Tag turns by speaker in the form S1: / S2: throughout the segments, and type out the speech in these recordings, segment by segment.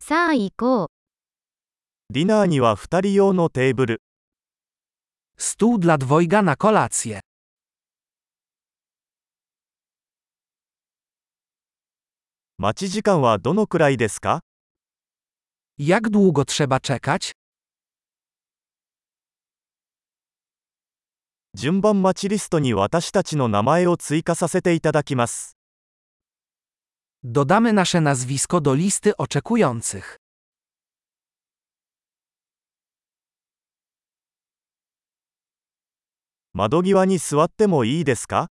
S1: さあ行こう。
S2: ディナーには2人用のテーブル。
S3: Stół dla dwojga na kolację.
S2: 待ち時間はどのくらいですか
S3: Jak długo trzeba czekać?
S2: 順番待ちリストに私たちの名前を追加させていただきます。
S3: Dodamy nasze nazwisko do listy oczekujących.
S2: 窓際に座ってもいいですか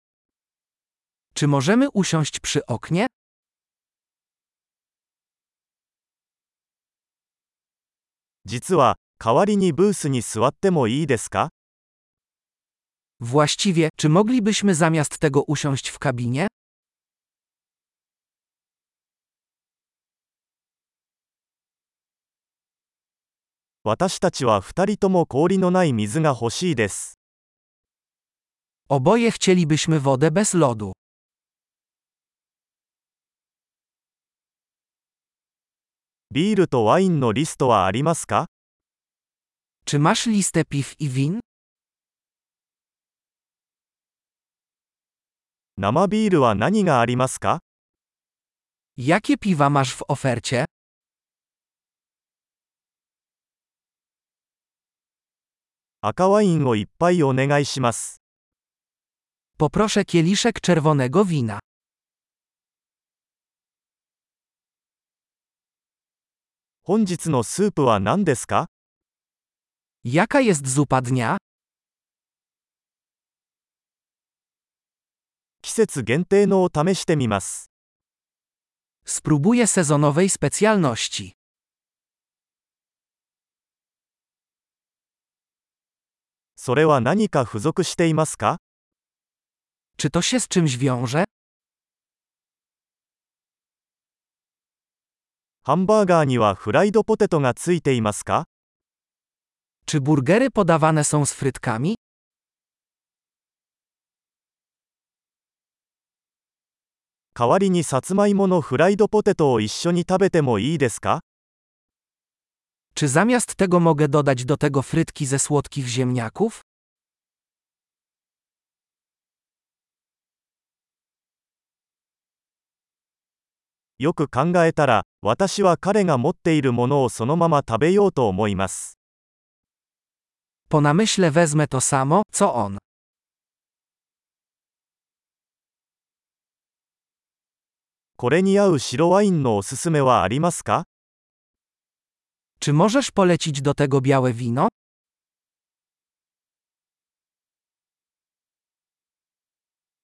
S3: Czy możemy usiąść przy oknie?
S2: 実は、代わりにブースに座ってもいいですか
S3: Właściwie, czy moglibyśmy zamiast tego usiąść w kabinie?
S2: 私たちは2人とも氷のない水が欲しいです。
S3: Oboje chcielibyśmy wodę bez lodu.
S2: ビールとワインのリストはありますか
S3: Czy masz listę piw i win?
S2: 生ビールは何がありますか
S3: Jakie piwa masz w ofercie?
S2: 赤ワインをいっぱいお願いします。
S3: Poproszę kieliszek czerwonego wina.
S2: 本日のスープは何ですか
S3: Jaka jest zupa dnia?
S2: 季節限定のを試してみます。
S3: Spróbuję sezonowej specjalności.
S2: それは何か付属していますか
S3: Czy to się z czymś wiąże?
S2: ハンバーガーにはフライドポテトがついていますか
S3: Czy burgery podawane są z frytkami?
S2: 代わりにさつまいものフライドポテトを一緒に食べてもいいですか
S3: Czy zamiast tego mogę dodać do tego frytki ze słodkich ziemniaków?
S2: よく考えたら、私は彼が持っているものをそのまま食べようと思います。
S3: Po namyśle wezmę to samo, co on.
S2: これに合う白ワインのおすすめはありますか
S3: Czy możesz polecić do tego białe wino?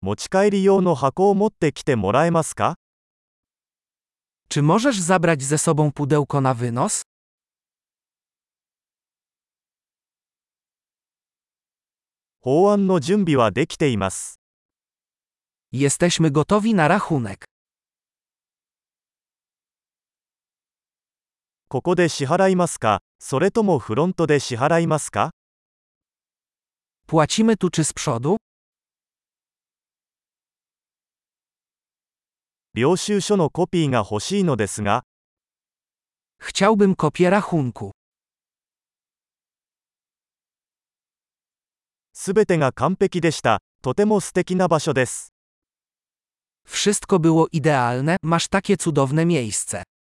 S2: 持ち帰り用の箱を持ってきてもらえますか
S3: Czy możesz zabrać ze sobą pudełko na wynos?
S2: 法案の準備はできています。
S3: Jesteśmy gotowi na rachunek.
S2: ここで支払いますかそれともフロントで支払いますか
S3: Płacimy tu czy z przodu?
S2: 領収書のコピーが欲しいのですが、
S3: Chciałbym kopię rachunku.
S2: すべてが完璧でした。とても素敵な場所です。
S3: Wszystko było idealne, masz takie cudowne miejsce.